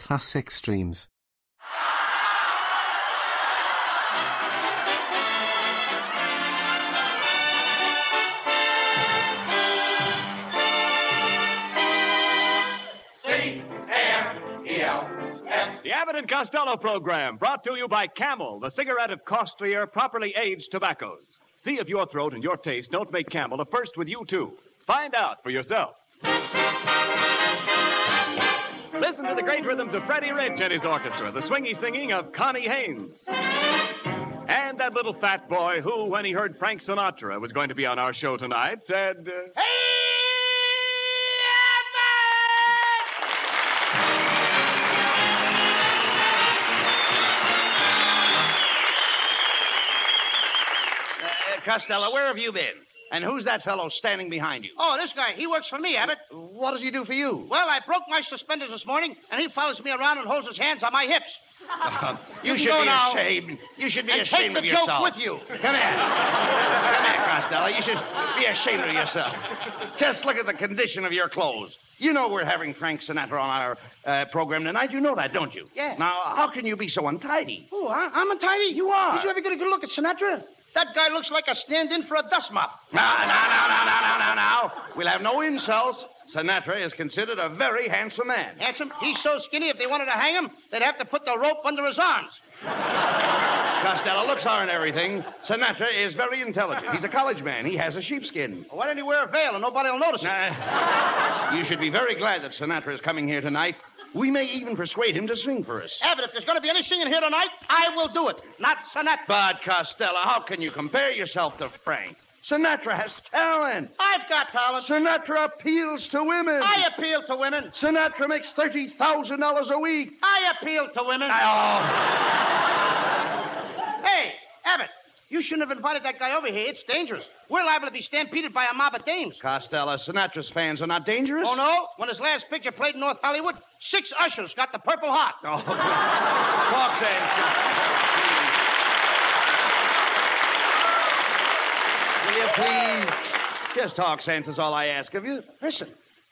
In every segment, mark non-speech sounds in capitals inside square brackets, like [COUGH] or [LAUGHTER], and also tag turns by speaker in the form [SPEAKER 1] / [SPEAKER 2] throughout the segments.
[SPEAKER 1] classic streams.
[SPEAKER 2] The Abbott and Costello program brought to you by Camel, the cigarette of costlier, properly aged tobaccos. See if your throat and your taste don't make Camel a first with you, too. Find out for yourself. Listen to the great rhythms of Freddie Rich and his orchestra, the swingy singing of Connie Haynes. And that little fat boy who, when he heard Frank Sinatra was going to be on our show tonight, said, uh,
[SPEAKER 3] Uh, Costello, where have you been? And who's that fellow standing behind you?
[SPEAKER 4] Oh, this guy, he works for me, Abbott.
[SPEAKER 3] What does he do for you?
[SPEAKER 4] Well, I broke my suspenders this morning, and he follows me around and holds his hands on my hips.
[SPEAKER 3] [LAUGHS] you,
[SPEAKER 4] can
[SPEAKER 3] should
[SPEAKER 4] go
[SPEAKER 3] be
[SPEAKER 4] now
[SPEAKER 3] ashamed. You should be
[SPEAKER 4] and
[SPEAKER 3] ashamed
[SPEAKER 4] take the
[SPEAKER 3] of
[SPEAKER 4] joke
[SPEAKER 3] yourself.
[SPEAKER 4] with you.
[SPEAKER 3] Come here. Come here, Costello. You should be ashamed of yourself. Just look at the condition of your clothes. You know we're having Frank Sinatra on our uh, program tonight. You know that, don't you?
[SPEAKER 4] Yeah.
[SPEAKER 3] Now, how can you be so untidy?
[SPEAKER 4] Oh, I, I'm untidy. You
[SPEAKER 3] are.
[SPEAKER 4] Did you ever get a good look at Sinatra? That guy looks like a stand-in for a dust mop.
[SPEAKER 3] No, no, no, no, no, no, no, no. We'll have no insults. Sinatra is considered a very handsome man.
[SPEAKER 4] Handsome. He's so skinny, if they wanted to hang him, they'd have to put the rope under his arms.
[SPEAKER 3] Costello, looks are and everything. Sinatra is very intelligent. He's a college man. He has a sheepskin.
[SPEAKER 4] Why don't he wear a veil and nobody will notice it?
[SPEAKER 3] Uh, you should be very glad that Sinatra is coming here tonight. We may even persuade him to sing for us.
[SPEAKER 4] Abbott, if there's going to be any singing here tonight, I will do it. Not Sinatra.
[SPEAKER 3] But, Costello, how can you compare yourself to Frank? Sinatra has talent.
[SPEAKER 4] I've got talent.
[SPEAKER 3] Sinatra appeals to women.
[SPEAKER 4] I appeal to women.
[SPEAKER 3] Sinatra makes $30,000 a week.
[SPEAKER 4] I appeal to women.
[SPEAKER 3] Oh,
[SPEAKER 4] Hey, Abbott, you shouldn't have invited that guy over here. It's dangerous. We're liable to be stampeded by a mob of dames.
[SPEAKER 3] Costello, Sinatra's fans are not dangerous.
[SPEAKER 4] Oh, no? When his last picture played in North Hollywood, six ushers got the Purple Heart.
[SPEAKER 3] Oh, talk to him, Costello. Will you please? Just talk sense is all I ask of you.
[SPEAKER 4] Listen,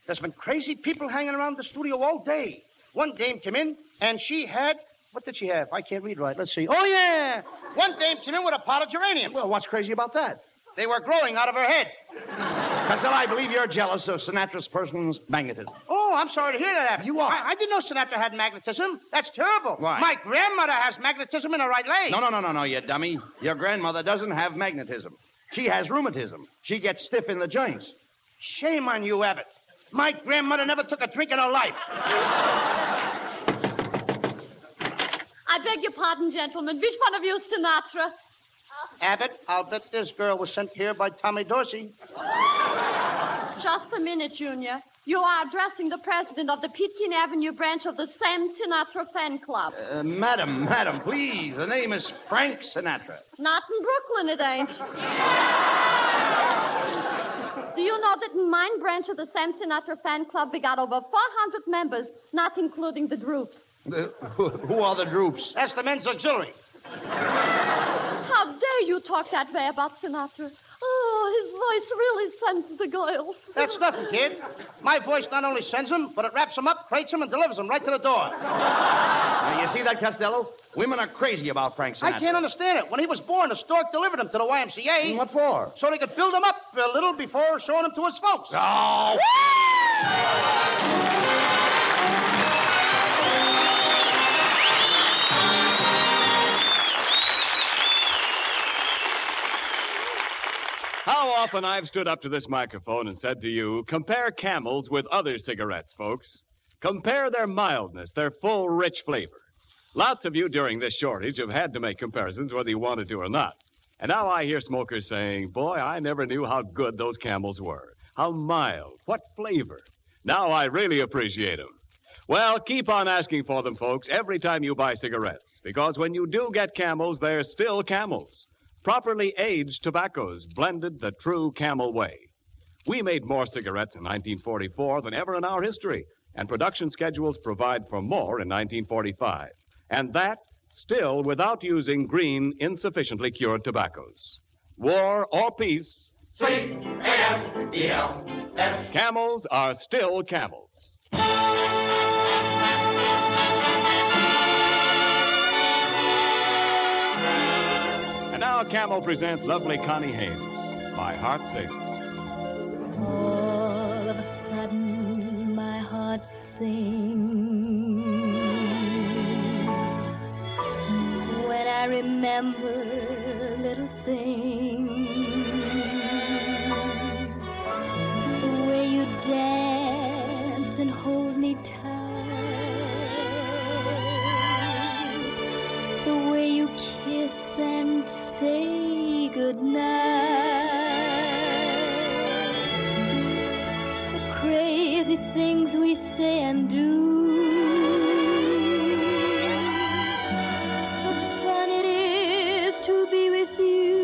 [SPEAKER 4] there's been crazy people hanging around the studio all day. One dame came in, and she had. What did she have? I can't read right. Let's see. Oh, yeah! One dame came in with a pot of geranium.
[SPEAKER 3] Well, what's crazy about that?
[SPEAKER 4] They were growing out of her head.
[SPEAKER 3] Costello, I believe you're jealous of Sinatra's person's magnetism.
[SPEAKER 4] Oh, I'm sorry to hear that, Abbott.
[SPEAKER 3] You are.
[SPEAKER 4] I, I didn't know Sinatra had magnetism. That's terrible.
[SPEAKER 3] Why?
[SPEAKER 4] My grandmother has magnetism in her right leg.
[SPEAKER 3] No, no, no, no, no, you dummy. Your grandmother doesn't have magnetism. She has rheumatism. She gets stiff in the joints.
[SPEAKER 4] Shame on you, Abbott. My grandmother never took a drink in her life.
[SPEAKER 5] I beg your pardon, gentlemen. Which one of you is Sinatra?
[SPEAKER 4] Abbott, I'll bet this girl was sent here by Tommy Dorsey.
[SPEAKER 5] Just a minute, Junior. You are addressing the president of the Pitkin Avenue branch of the Sam Sinatra fan club.
[SPEAKER 3] Uh, madam, madam, please. The name is Frank Sinatra.
[SPEAKER 5] Not in Brooklyn, it ain't. Do you know that in my branch of the Sam Sinatra fan club, we got over 400 members, not including the groups.
[SPEAKER 3] The- Uh, who, who are the droops?
[SPEAKER 4] That's the men's auxiliary.
[SPEAKER 5] How dare you talk that way about Sinatra? Oh, his voice really sends the girls.
[SPEAKER 4] That's nothing, kid. My voice not only sends them, but it wraps them up, crates them, and delivers them right to the door.
[SPEAKER 3] Now, you see that, Costello? Women are crazy about Frank Sinatra.
[SPEAKER 4] I can't understand it. When he was born, the stork delivered him to the YMCA
[SPEAKER 3] What for?
[SPEAKER 4] so they could build him up a little before showing him to his folks.
[SPEAKER 3] Oh!
[SPEAKER 2] How often I've stood up to this microphone and said to you, compare camels with other cigarettes, folks. Compare their mildness, their full, rich flavor. Lots of you during this shortage have had to make comparisons whether you wanted to or not. And now I hear smokers saying, Boy, I never knew how good those camels were. How mild. What flavor. Now I really appreciate 'em. Well, keep on asking for them, folks, every time you buy cigarettes, because when you do get camels, they're still camels. Properly aged tobaccos blended the true camel way. We made more cigarettes in 1944 than ever in our history, and production schedules provide for more in 1945. And that still without using green, insufficiently cured tobaccos. War or peace, camels are still camels. Camel presents lovely Connie Haynes. My heart sings.
[SPEAKER 1] All of a sudden, my heart sings when I remember little things. The way you dance and hold me tight, the way you kiss and say goodnight the crazy things we say and do. How fun it is to be with you.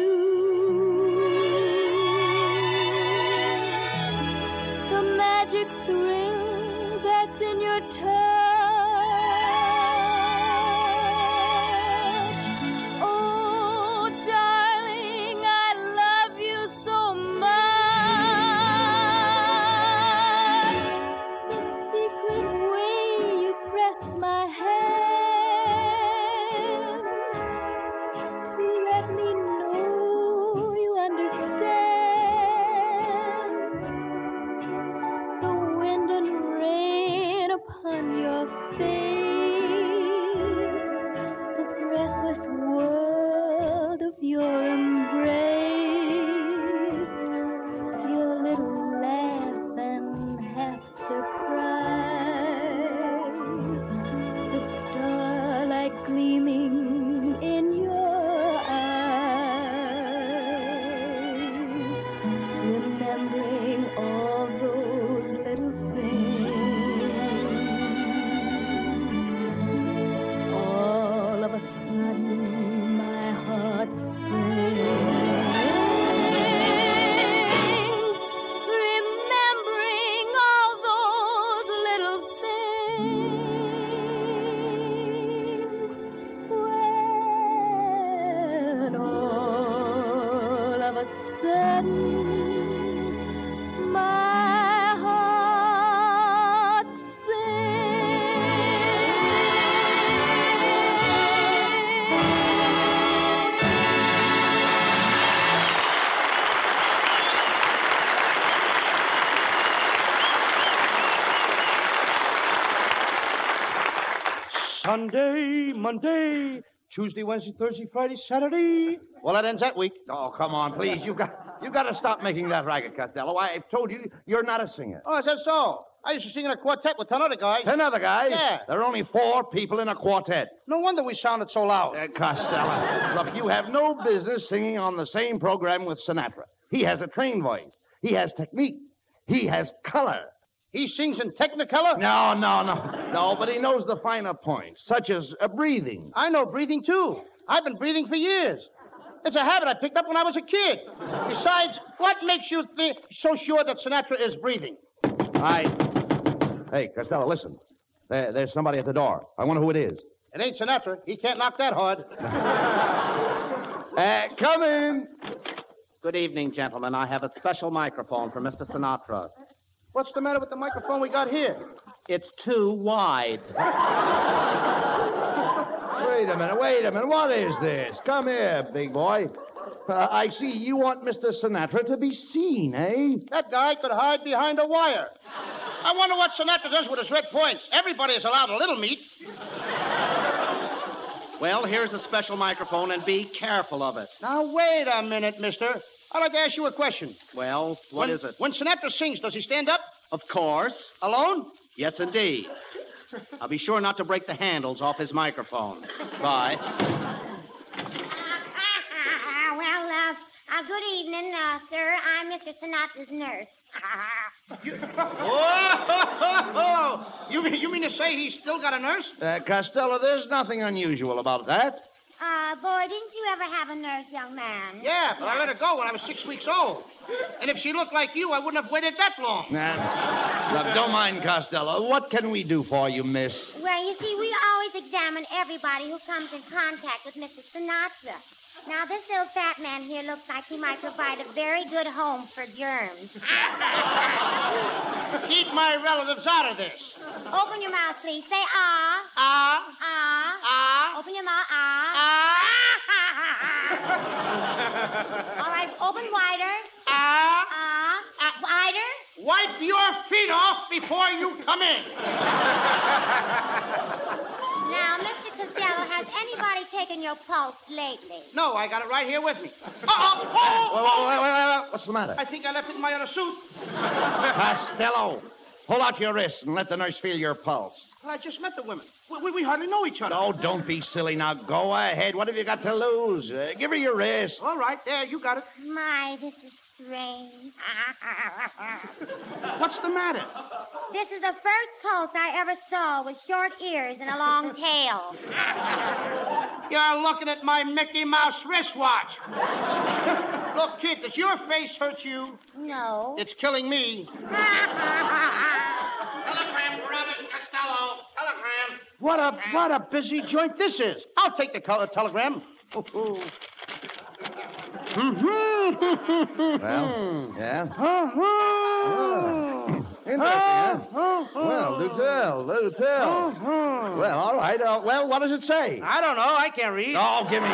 [SPEAKER 1] The magic thrill that's in your touch. Oh, darling, I love you so much. The secret way you press my hand to let me know you understand. The wind and rain upon your face the breathless world of your embrace. Your little laugh and half surprise. The starlight gleaming in your eyes. Remembering all those little things. All of a sudden, my heart sings, remembering all those little things. When all of a sudden, my heart
[SPEAKER 4] Sunday, Monday, Tuesday, Wednesday, Thursday, Friday, Saturday.
[SPEAKER 3] Well, that ends that week. Oh, come on, please. You've got, you've got to stop making that racket, Costello. I, have told you, you're not a singer.
[SPEAKER 4] Oh, is that so? I used to sing in a quartet with ten other guys.
[SPEAKER 3] Ten other guys?
[SPEAKER 4] Yeah.
[SPEAKER 3] There are only four people in a quartet.
[SPEAKER 4] No wonder we sounded so loud.
[SPEAKER 3] Uh, Costello, look, you have no business singing on the same program with Sinatra. He has a trained voice. He has technique. He has color.
[SPEAKER 4] He sings in Technicolor.
[SPEAKER 3] No, no, no. No, but he knows the finer points, such as uh, breathing.
[SPEAKER 4] I know breathing too. I've been breathing for years. It's a habit I picked up when I was a kid. Besides, what makes you think so sure that Sinatra is breathing?
[SPEAKER 3] I. Hey, Costello, listen. There, there's somebody at the door. I wonder who it is.
[SPEAKER 4] It ain't Sinatra. He can't knock that hard.
[SPEAKER 3] Uh, come in.
[SPEAKER 6] Good evening, gentlemen. I have a special microphone for Mr. Sinatra.
[SPEAKER 4] What's the matter with the microphone we got here?
[SPEAKER 6] It's too wide.
[SPEAKER 3] Wait a minute, wait a minute. What is this? Come here, big boy. Uh, I see you want Mr. Sinatra to be seen, eh?
[SPEAKER 4] That guy could hide behind a wire. I wonder what Sinatra does with his red points. Everybody is allowed a little meat.
[SPEAKER 6] Well, here's a special microphone, and be careful of it.
[SPEAKER 4] Now, wait a minute, mister. I'd like to ask you a question.
[SPEAKER 6] Well, what
[SPEAKER 4] when,
[SPEAKER 6] is it?
[SPEAKER 4] When Sinatra sings, does he stand up?
[SPEAKER 6] Of course.
[SPEAKER 4] Alone?
[SPEAKER 6] Yes, indeed. I'll be sure not to break the handles off his microphone. Bye.
[SPEAKER 7] well, uh, uh, good evening, uh, sir. I'm Mr. Sinatra's nurse.
[SPEAKER 1] [LAUGHS]
[SPEAKER 4] Oh, [LAUGHS] you mean, you mean to say he's still got a nurse?
[SPEAKER 3] Uh, Costello, there's nothing unusual about that.
[SPEAKER 7] uh, boy, didn't you ever have a nurse, young man?
[SPEAKER 4] Yeah, but I let her go when I was six weeks old. And if she looked like you, I wouldn't have waited that long.
[SPEAKER 3] Nah. Look, don't mind Costello. What can we do for you, miss?
[SPEAKER 7] Well, you see, we always examine everybody who comes in contact with Mr. Sinatra. Now, this little fat man here looks like he might provide a very good home for germs.
[SPEAKER 4] Keep my relatives out of this.
[SPEAKER 7] Open your mouth, please. Say ah.
[SPEAKER 4] Ah,
[SPEAKER 7] Ah.
[SPEAKER 4] ah.
[SPEAKER 7] Open your mouth. Ah.
[SPEAKER 4] Ah.
[SPEAKER 7] All right, open wider.
[SPEAKER 4] Ah,
[SPEAKER 7] Ah, wider.
[SPEAKER 4] wipe your feet off before you come in.
[SPEAKER 7] Now, Mr. Costello, has anybody taken your pulse lately?
[SPEAKER 4] No, I got it right here with me. Uh-oh. Oh,
[SPEAKER 3] Wait, wait, wait, wait, wait. What's the matter?
[SPEAKER 4] I think I left it in my other suit.
[SPEAKER 3] Costello, pull out your wrist and let the nurse feel your pulse.
[SPEAKER 4] Well, I just met the women. We, we, we hardly know each other.
[SPEAKER 3] Oh, don't be silly now. Go ahead. What have you got to lose? Uh, give her your wrist.
[SPEAKER 4] All right, there, you got it.
[SPEAKER 7] My, this is strange. [LAUGHS]
[SPEAKER 4] What's the matter?
[SPEAKER 7] this is the first pulse I ever saw with short ears and a long tail.
[SPEAKER 4] You're looking at my Mickey Mouse wristwatch. [LAUGHS] Look, kid, does your face hurt you? [LAUGHS]
[SPEAKER 7] No.
[SPEAKER 4] It's killing me. What a what a busy joint this is. I'll take the color telegram.
[SPEAKER 3] Well, yeah.
[SPEAKER 4] Uh-huh.
[SPEAKER 3] Interesting, huh? Well, do
[SPEAKER 4] I
[SPEAKER 3] tell, do tell. Well, all right. Uh, well, what does it say?
[SPEAKER 4] don't know. Uh-huh. I can't read.
[SPEAKER 3] Oh, give me,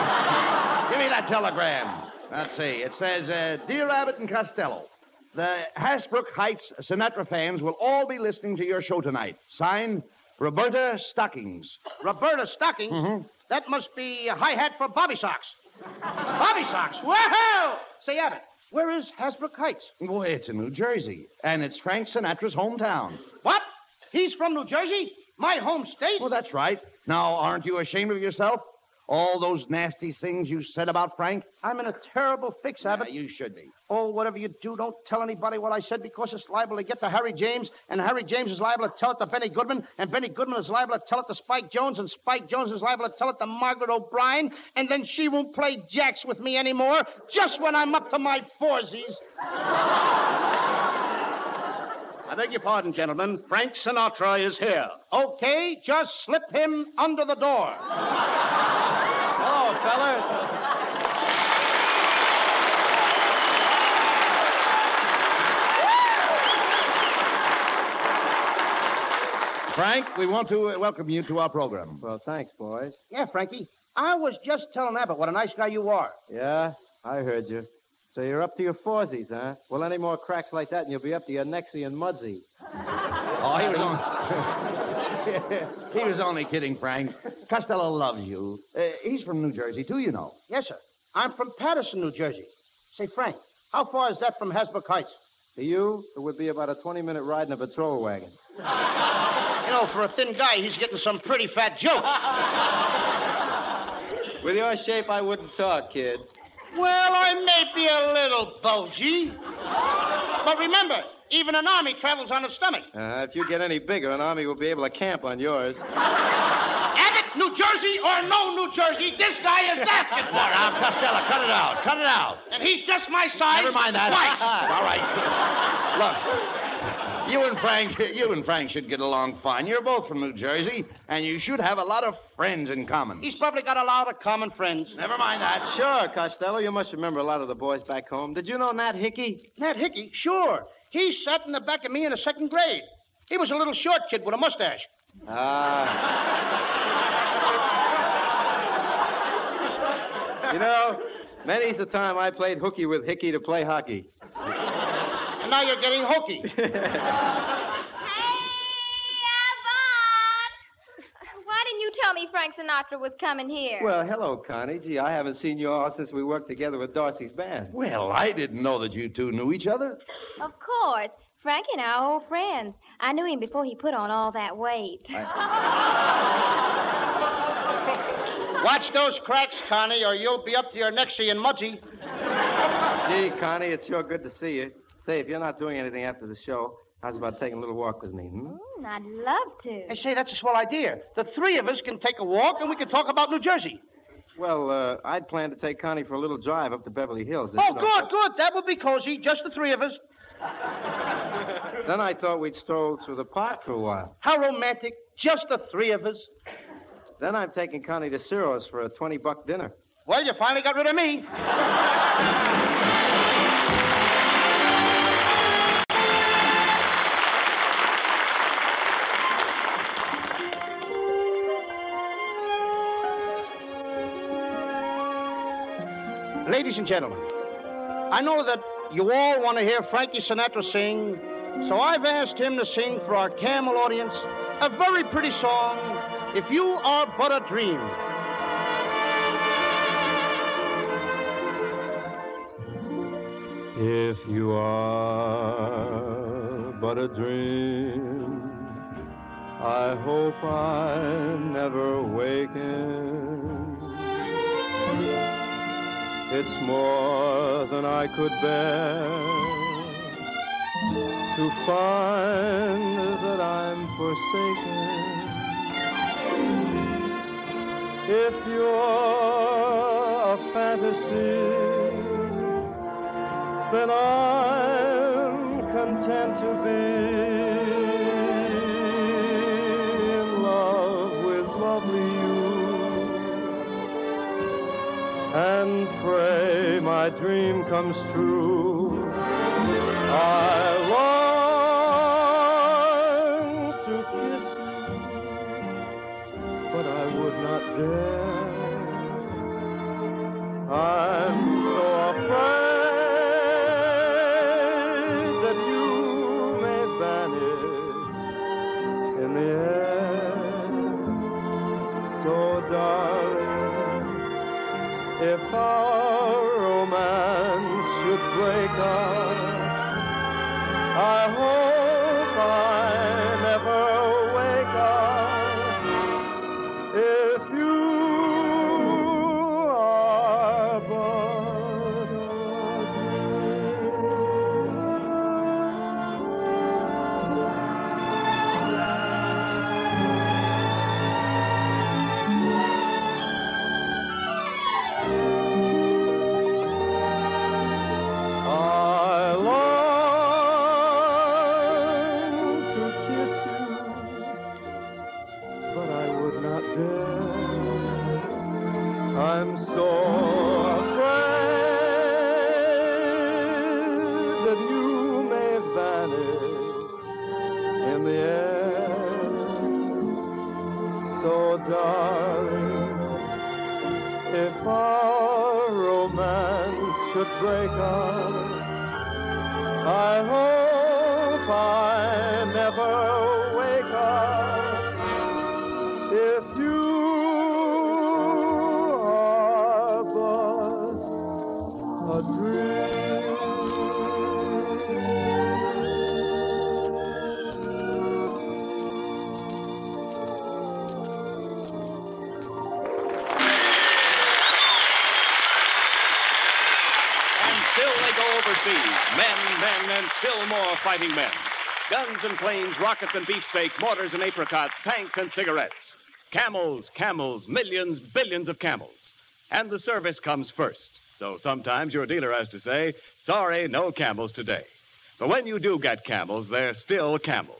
[SPEAKER 3] give me that telegram. Let's see. It says, uh, "Dear Abbott and Costello, the Hasbrook Heights Sinatra fans will all be listening to your show tonight." Signed, Roberta Stockings.
[SPEAKER 4] Roberta Stockings. That must be a hi hat for Bobby Socks. Bobby Socks. Whoa! Say, Abbott, where is Hasbrook Heights?
[SPEAKER 3] Well, it's in New Jersey, and it's Frank Sinatra's hometown.
[SPEAKER 4] What? He's from New Jersey, my home state.
[SPEAKER 3] Well, that's right. Now, aren't you ashamed of yourself? Oh, All those nasty things you said about Frank?
[SPEAKER 4] I'm in a terrible fix, Abbott.
[SPEAKER 3] Yeah, you should be.
[SPEAKER 4] Oh, whatever you do, don't tell anybody what I said because it's liable to get to Harry James, and Harry James is liable to tell it to Benny Goodman, and Benny Goodman is liable to tell it to Spike Jones, and Spike Jones is liable to tell it to Margaret O'Brien, and then she won't play jacks with me anymore just when I'm up to my foresies.
[SPEAKER 6] I beg your pardon, gentlemen. Frank Sinatra is here.
[SPEAKER 4] Okay, just slip him under the door.
[SPEAKER 6] Hello, fellas.
[SPEAKER 3] Frank, we want to uh, welcome you to our program.
[SPEAKER 8] Well, Oh, thanks, boys.
[SPEAKER 4] Yeah, Frankie, I was just telling Abbott what a nice guy you are.
[SPEAKER 8] Yeah, I heard you. So you're up to your foresies, huh? Well, any more cracks like that, and you'll be up to your nexie and mudsy.
[SPEAKER 3] Oh, he was only... [LAUGHS] he was only kidding, Frank.
[SPEAKER 8] Uh,
[SPEAKER 3] Costello loves you. Uh, he's from New Jersey, too, you know.
[SPEAKER 4] Yes, sir. I'm from Patterson, New Jersey. Say, Frank, how far is that from Hasbrook Heights?
[SPEAKER 8] To you, it would be about a 20-minute ride in a patrol wagon.
[SPEAKER 4] You know, for a thin guy, he's getting some pretty fat jokes.
[SPEAKER 8] With your shape, I wouldn't talk, kid.
[SPEAKER 4] [LAUGHS] Well, I may be a little bulgy. But remember, even an army travels on its stomach.
[SPEAKER 8] Uh, if you get any bigger, an army will be able to camp on yours.
[SPEAKER 4] Abbott, New Jersey or no New Jersey, this guy is
[SPEAKER 3] [LAUGHS]
[SPEAKER 4] asking for it.
[SPEAKER 3] Now, Costello, cut it out. Cut it out.
[SPEAKER 4] And he's just my size.
[SPEAKER 3] Never mind that.
[SPEAKER 4] Twice.
[SPEAKER 3] [LAUGHS] All right. Look, you and Frank, you and Frank should get along fine. You're both from New Jersey, and you should have a lot of friends in common.
[SPEAKER 4] He's probably got a lot of common friends.
[SPEAKER 3] Never mind that.
[SPEAKER 8] Sure, Costello, you must remember a lot of the boys back home. Did you know Nat Hickey?
[SPEAKER 4] Nat Hickey, sure. He sat in the back of me in the second grade. He was a little short kid with a mustache.
[SPEAKER 8] Ah. you know, many's the time I played hooky with Hickey to play hockey.
[SPEAKER 4] And now you're getting hokey.
[SPEAKER 9] Hey, Avon! Why didn't you tell me Frank Sinatra was coming here?
[SPEAKER 8] Well, hello, Connie. Gee, I haven't seen you all since we worked together with Dorsey's band.
[SPEAKER 3] Well, I didn't know that you two knew each other.
[SPEAKER 9] of course. Frank and I are old friends. I knew him before he put on all that weight.
[SPEAKER 4] Watch those cracks, Connie, or you'll be up to your nexie and mudgy.
[SPEAKER 8] Gee, Connie, it's sure good to see you. Say, if you're not doing anything after the show, how's about taking a little walk with me? Hmm?
[SPEAKER 9] Hmm, I'd love
[SPEAKER 4] Hey,
[SPEAKER 9] to.
[SPEAKER 4] say, that's a swell idea. The three of us can take a walk and we can talk about New Jersey.
[SPEAKER 8] Well, uh, I'd planned to take Connie for a little drive up to Beverly Hills.
[SPEAKER 4] Oh, good, good. That would be cozy, just the three of us.
[SPEAKER 8] good. Then I thought we'd stroll through the park for a while.
[SPEAKER 4] How romantic, just the three of us.
[SPEAKER 8] Then I'm taking Connie to Ciro's for a 20 buck dinner.
[SPEAKER 4] Well, you finally got rid of me. Ladies and gentlemen, I know that you all want to hear Frankie Sinatra sing, so I've asked him to sing for our camel audience a very pretty song, If You Are But a Dream.
[SPEAKER 8] If you are but a dream, I hope I never waken. It's more than I could bear to find that I'm forsaken. If you're a fantasy, then I'm content to be in love with lovely you. And pray my dream comes true. I long to kiss you, but I would not dare. I'm so afraid that you may vanish in the air. So, darling, if our romance should break up, I hope I never wake up. If you are I long to kiss you, but I would not dare. I'm so afraid that you may vanish in the air. So, darling, if our romance should break up, I hope I never wake up. If you are but a dream.
[SPEAKER 2] And still they go overseas. Men, men, and still more fighting men. Guns and planes, rockets and beefsteak, mortars and apricots, tanks and cigarettes. Camels, camels, millions, billions of camels. And the service comes first. So sometimes your dealer has to say, sorry, no camels today. But when you do get camels, they're still camels.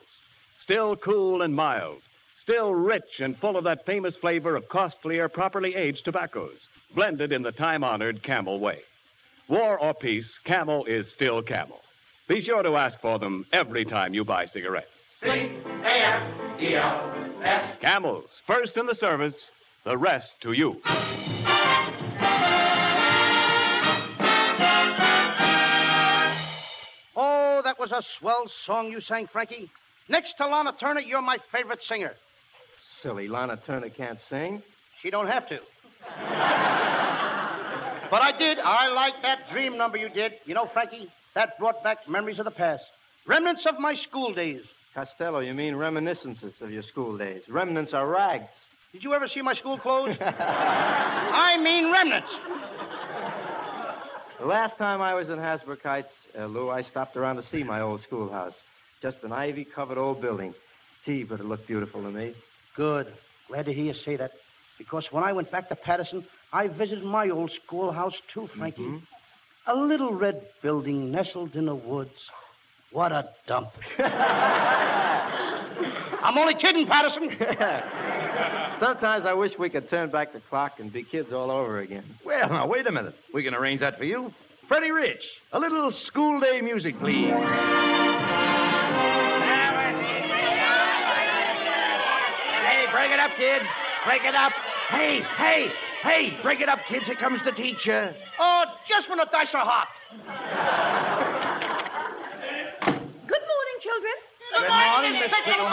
[SPEAKER 2] Still cool and mild. Still rich and full of that famous flavor of costlier, properly aged tobaccos, blended in the time honored camel way. War or peace, Camel is still Camel. Be sure to ask for them every time you buy cigarettes.
[SPEAKER 10] C-A-M-E-L-S.
[SPEAKER 2] Camels, first in the service, the rest to you.
[SPEAKER 4] Oh, that was a swell song you sang, Frankie. Next to Lana Turner, you're my favorite singer.
[SPEAKER 11] Silly, Lana Turner can't sing.
[SPEAKER 4] She don't have to. [LAUGHS] but I did. I like that dream number you did. You know, Frankie, that brought back memories of the past. Remnants of my school days.
[SPEAKER 11] Costello, you mean reminiscences of your school days. Remnants are rags.
[SPEAKER 4] Did you ever see my school [LAUGHS] clothes? I mean remnants.
[SPEAKER 11] The last time I was in Hasbrook Heights, uh, Lou, I stopped around to see my old schoolhouse. Just an ivy-covered old building. Gee, but it looked beautiful to me.
[SPEAKER 4] Good. Glad to hear you say that. Because when I went back to Patterson, I visited my old schoolhouse too, Frankie. A little red building nestled in the woods. What a dump. I'm only kidding, Patterson. [LAUGHS]
[SPEAKER 11] Sometimes I wish we could turn back the clock and be kids all over again.
[SPEAKER 3] Well, now, wait a minute. We can arrange that for you. Freddie Rich, a little school day music, please. Hey, break it up, kids. Break it up. Hey, hey, hey, break it up, kids. Here comes the teacher.
[SPEAKER 4] Oh, just when the dice are hot.
[SPEAKER 5] Good morning, children.
[SPEAKER 4] Good morning, Miss
[SPEAKER 5] Bill,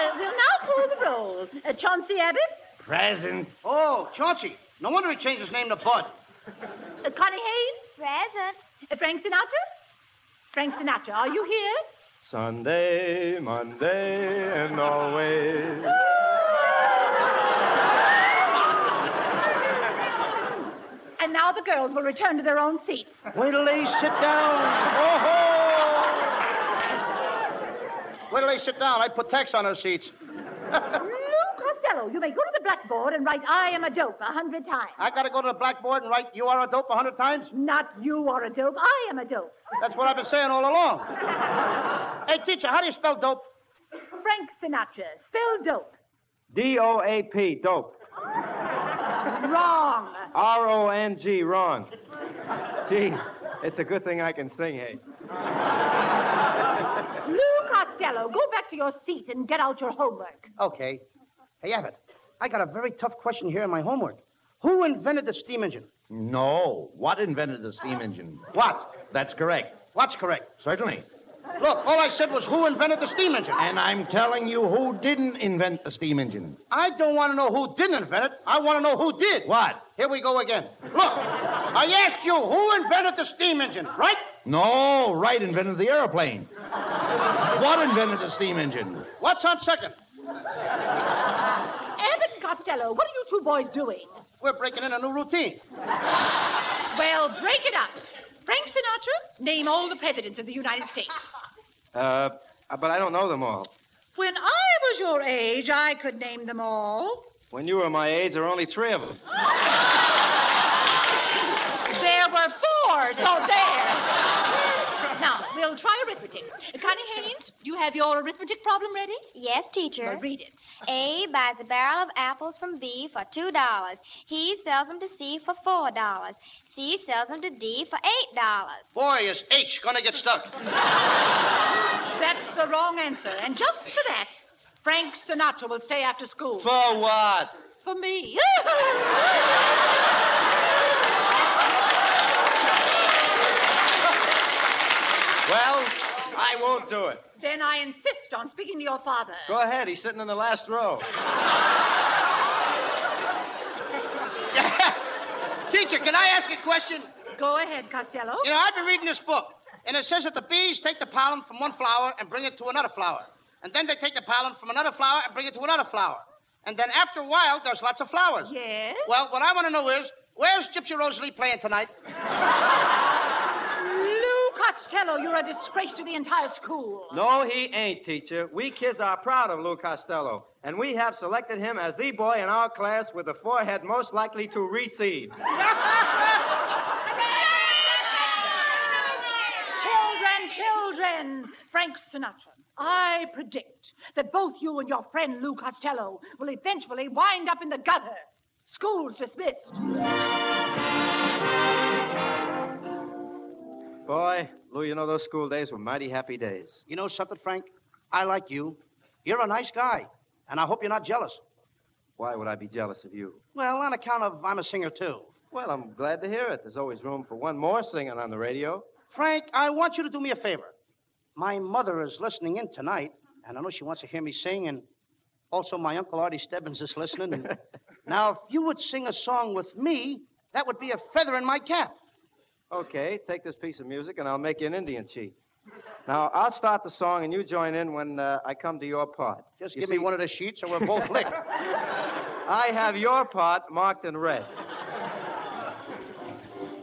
[SPEAKER 5] uh, we'll now call the rolls. Uh, Chauncey Abbott,
[SPEAKER 4] Present. Oh, Chauncey. No wonder he changed his name to Bud.
[SPEAKER 5] uh, Connie Hayes. Present. Uh, Frank Sinatra. Frank Sinatra, are you here?
[SPEAKER 8] Sunday, Monday, and always.
[SPEAKER 5] And now the girls will return to their own seats.
[SPEAKER 4] Wait till they sit down. Oh-ho! Wait till they sit down. I put tax on their seats.
[SPEAKER 5] Lou Costello, you may go to the blackboard and write "I am a dope" a hundred times.
[SPEAKER 4] I gotta go to the blackboard and write "You are a dope" a hundred times.
[SPEAKER 5] Not you are a dope. I am a dope.
[SPEAKER 4] That's what I've been saying all
[SPEAKER 5] [LAUGHS]
[SPEAKER 4] along. hey, teacher, how do you spell dope?
[SPEAKER 5] Frank Sinatra, spell dope.
[SPEAKER 8] D O A P, dope.
[SPEAKER 5] Wrong.
[SPEAKER 8] R O N G, wrong. Gee, it's a good thing I can sing, hey.
[SPEAKER 5] Lou Costello, go back to your seat and get out your homework.
[SPEAKER 4] Okay. Hey, Abbott, I got a very tough question here in my homework. Who invented the steam engine?
[SPEAKER 3] No. What invented the steam engine?
[SPEAKER 4] What?
[SPEAKER 3] That's correct.
[SPEAKER 4] What's correct?
[SPEAKER 3] Certainly.
[SPEAKER 4] Look, all I said was who invented the steam engine.
[SPEAKER 3] And I'm telling you who didn't invent the steam engine.
[SPEAKER 4] I don't want to know who didn't invent it. I want to know who did.
[SPEAKER 3] What?
[SPEAKER 4] Here we go again. Look, I asked you who invented the steam engine, right?
[SPEAKER 3] No, Wright invented the airplane. what invented the steam engine?
[SPEAKER 4] What's on second?
[SPEAKER 5] Abbott and Costello, what are you two boys doing?
[SPEAKER 4] We're breaking in a new routine.
[SPEAKER 12] Well, break it up. Frank Sinatra, name all the presidents of the United States.
[SPEAKER 8] Uh, but I don't know them all.
[SPEAKER 12] When I was your age, I could name them all.
[SPEAKER 8] When you were my age, there were only three of them.
[SPEAKER 12] There were four, so there. Now, we'll try arithmetic. Connie Haynes, do you have your arithmetic problem ready?
[SPEAKER 7] Yes, teacher.
[SPEAKER 12] Well, read it.
[SPEAKER 7] A buys a barrel of apples from B for two dollars. He sells them to C for four dollars. C sells them to D for eight dollars.
[SPEAKER 4] Boy, is H gonna get stuck.
[SPEAKER 12] That's the wrong answer. And just for that, Frank Sinatra will stay after school.
[SPEAKER 4] For what?
[SPEAKER 12] For me.
[SPEAKER 8] Well, I won't do it.
[SPEAKER 12] [LAUGHS] then I insist on speaking to your father.
[SPEAKER 8] Go ahead. He's sitting in the last row.
[SPEAKER 4] Teacher, can I ask a question?
[SPEAKER 12] Go ahead, Costello.
[SPEAKER 4] You know, I've been reading this book, and it says that the bees take the pollen from one flower and bring it to another flower. And then they take the pollen from another flower and bring it to another flower. And then after a while, there's lots of flowers.
[SPEAKER 12] Yes?
[SPEAKER 4] Well, what I want to know is, where's Gypsy Rosalie playing tonight?
[SPEAKER 12] Lou Costello, you're a disgrace to the entire school.
[SPEAKER 8] No, he ain't, teacher. We kids are proud of Lou Costello, and we have selected him as the boy in our class with the forehead most likely to recede.
[SPEAKER 12] Children, children, Frank Sinatra, I predict that both you and your friend Lou Costello will eventually wind up in the gutter. School's dismissed.
[SPEAKER 8] Boy, Lou, you know those school days were mighty happy days.
[SPEAKER 4] You know something, Frank? I like you. You're a nice guy, and I hope you're not jealous.
[SPEAKER 8] Why would I be jealous of you?
[SPEAKER 4] Well, on account of I'm a singer, too.
[SPEAKER 8] Well, I'm glad to hear it. There's always room for one more singing on the radio.
[SPEAKER 4] Frank, I want you to do me a favor. My mother is listening in tonight, and I know she wants to hear me sing, and also my uncle Artie Stebbins is listening. and-
[SPEAKER 8] [LAUGHS]
[SPEAKER 4] now, if you would sing a song with me, that would be a feather in my cap.
[SPEAKER 8] Okay, take this piece of music and I'll make you an Indian chief. Now, I'll start the song and you join in when uh, I come to your part.
[SPEAKER 4] Just
[SPEAKER 8] You
[SPEAKER 4] give
[SPEAKER 8] see-
[SPEAKER 4] me one of the sheets, and we're both
[SPEAKER 8] [LAUGHS]
[SPEAKER 4] licked.
[SPEAKER 8] I have your part marked in red.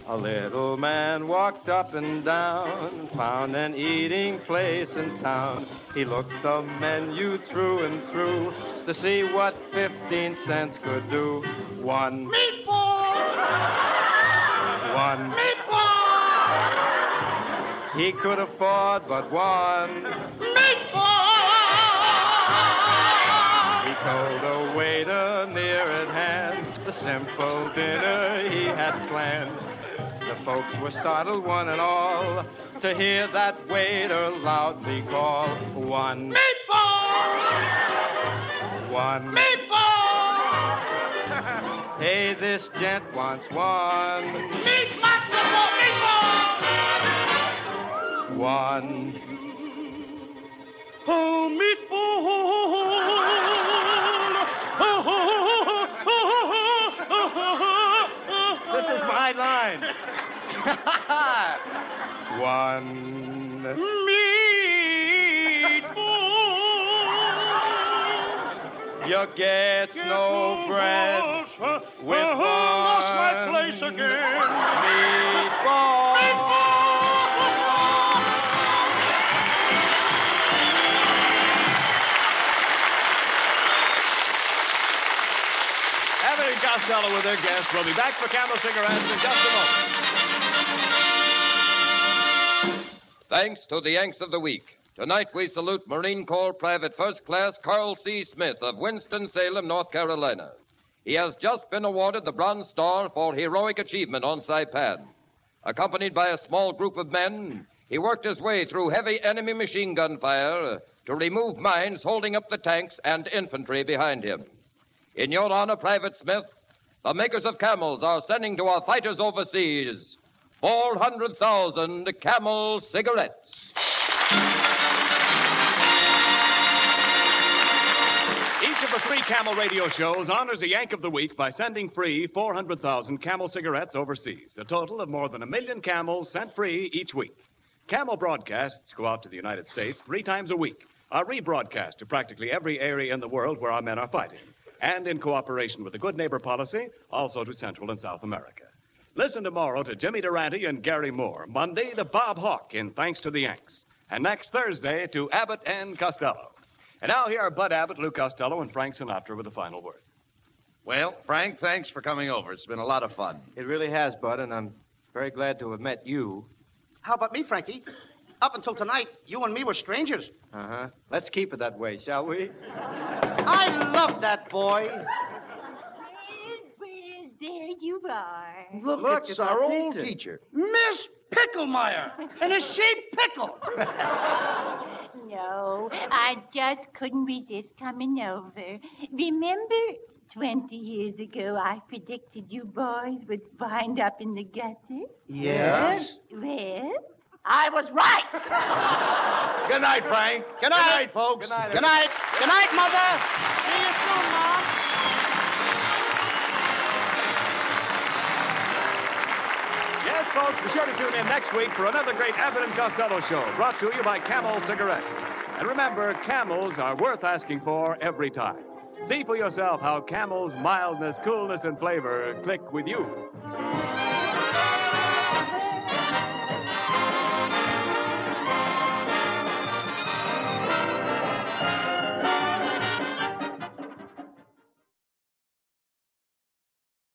[SPEAKER 8] A little man walked up and down, found an eating place in town. He looked the menu through and through to see what 15 cents could do. One, one, he could afford but one. He told the waiter near at hand the simple dinner he had planned. The folks were startled, one and all, to hear that waiter loudly call one. One. [LAUGHS]
[SPEAKER 4] Meatball!
[SPEAKER 13] Hey, this gent wants one.
[SPEAKER 14] Meet Maximo
[SPEAKER 13] One.
[SPEAKER 14] Oh, meatball!
[SPEAKER 13] This is my line. One. You get no bread with one. uh, lost my place again. Meatball.
[SPEAKER 2] Abbott and Costello with their guests will be back for Camel Cigarettes in just a moment.
[SPEAKER 8] Thanks to the Yanks of the Week. Tonight we salute Marine Corps Private First Class Carl C. Smith of Winston-Salem, North Carolina. He has just been awarded the Bronze Star for heroic achievement on Saipan. Accompanied by a small group of men, he worked his way through heavy enemy machine gun fire to remove mines holding up the tanks and infantry behind him. In your honor, Private Smith, the makers of camels are sending to our fighters overseas 400,000 camel cigarettes.
[SPEAKER 2] Each of the three Camel radio shows honors a Yank of the Week by sending free 400,000 Camel cigarettes overseas, a total of more than a million Camels sent free each week. Camel broadcasts go out to the United States three times a week, are rebroadcast to practically every area in the world where our men are fighting, and in cooperation with the Good Neighbor Policy, also to Central and South America. Listen tomorrow to Jimmy Durante and Gary Moore, Monday to Bob Hawk in Thanks to the Yanks, and next Thursday to Abbott and Costello. And now here are Bud Abbott, Lou Costello, and Frank Sinatra with the final word.
[SPEAKER 15] Well, Frank, thanks for coming over. It's been a lot of fun.
[SPEAKER 16] It really has, Bud, and I'm very glad to have met you.
[SPEAKER 4] How about me, Frankie? Up until tonight, you and me were strangers.
[SPEAKER 16] Uh huh. Let's keep it that way, shall we?
[SPEAKER 4] I love that boy.
[SPEAKER 17] Well, there you are.
[SPEAKER 4] Look, it's, our, old teacher. Miss Picklemeyer. And is she pickle?
[SPEAKER 17] No, I just couldn't resist coming over. Remember, 20 years ago, I predicted you boys would wind up in the gutter?
[SPEAKER 4] Yes.
[SPEAKER 17] Well, I was right.
[SPEAKER 15] Good night, Frank.
[SPEAKER 4] Good night, folks. Good night. Good night. Good night, Mother. See you soon, Mom.
[SPEAKER 2] Yes, folks, be sure to tune in next week for another great Abbott and Costello show brought to you by Camel Cigarettes. And remember, camels are worth asking for every time. See for yourself how Camel's mildness, coolness, and flavor click with you.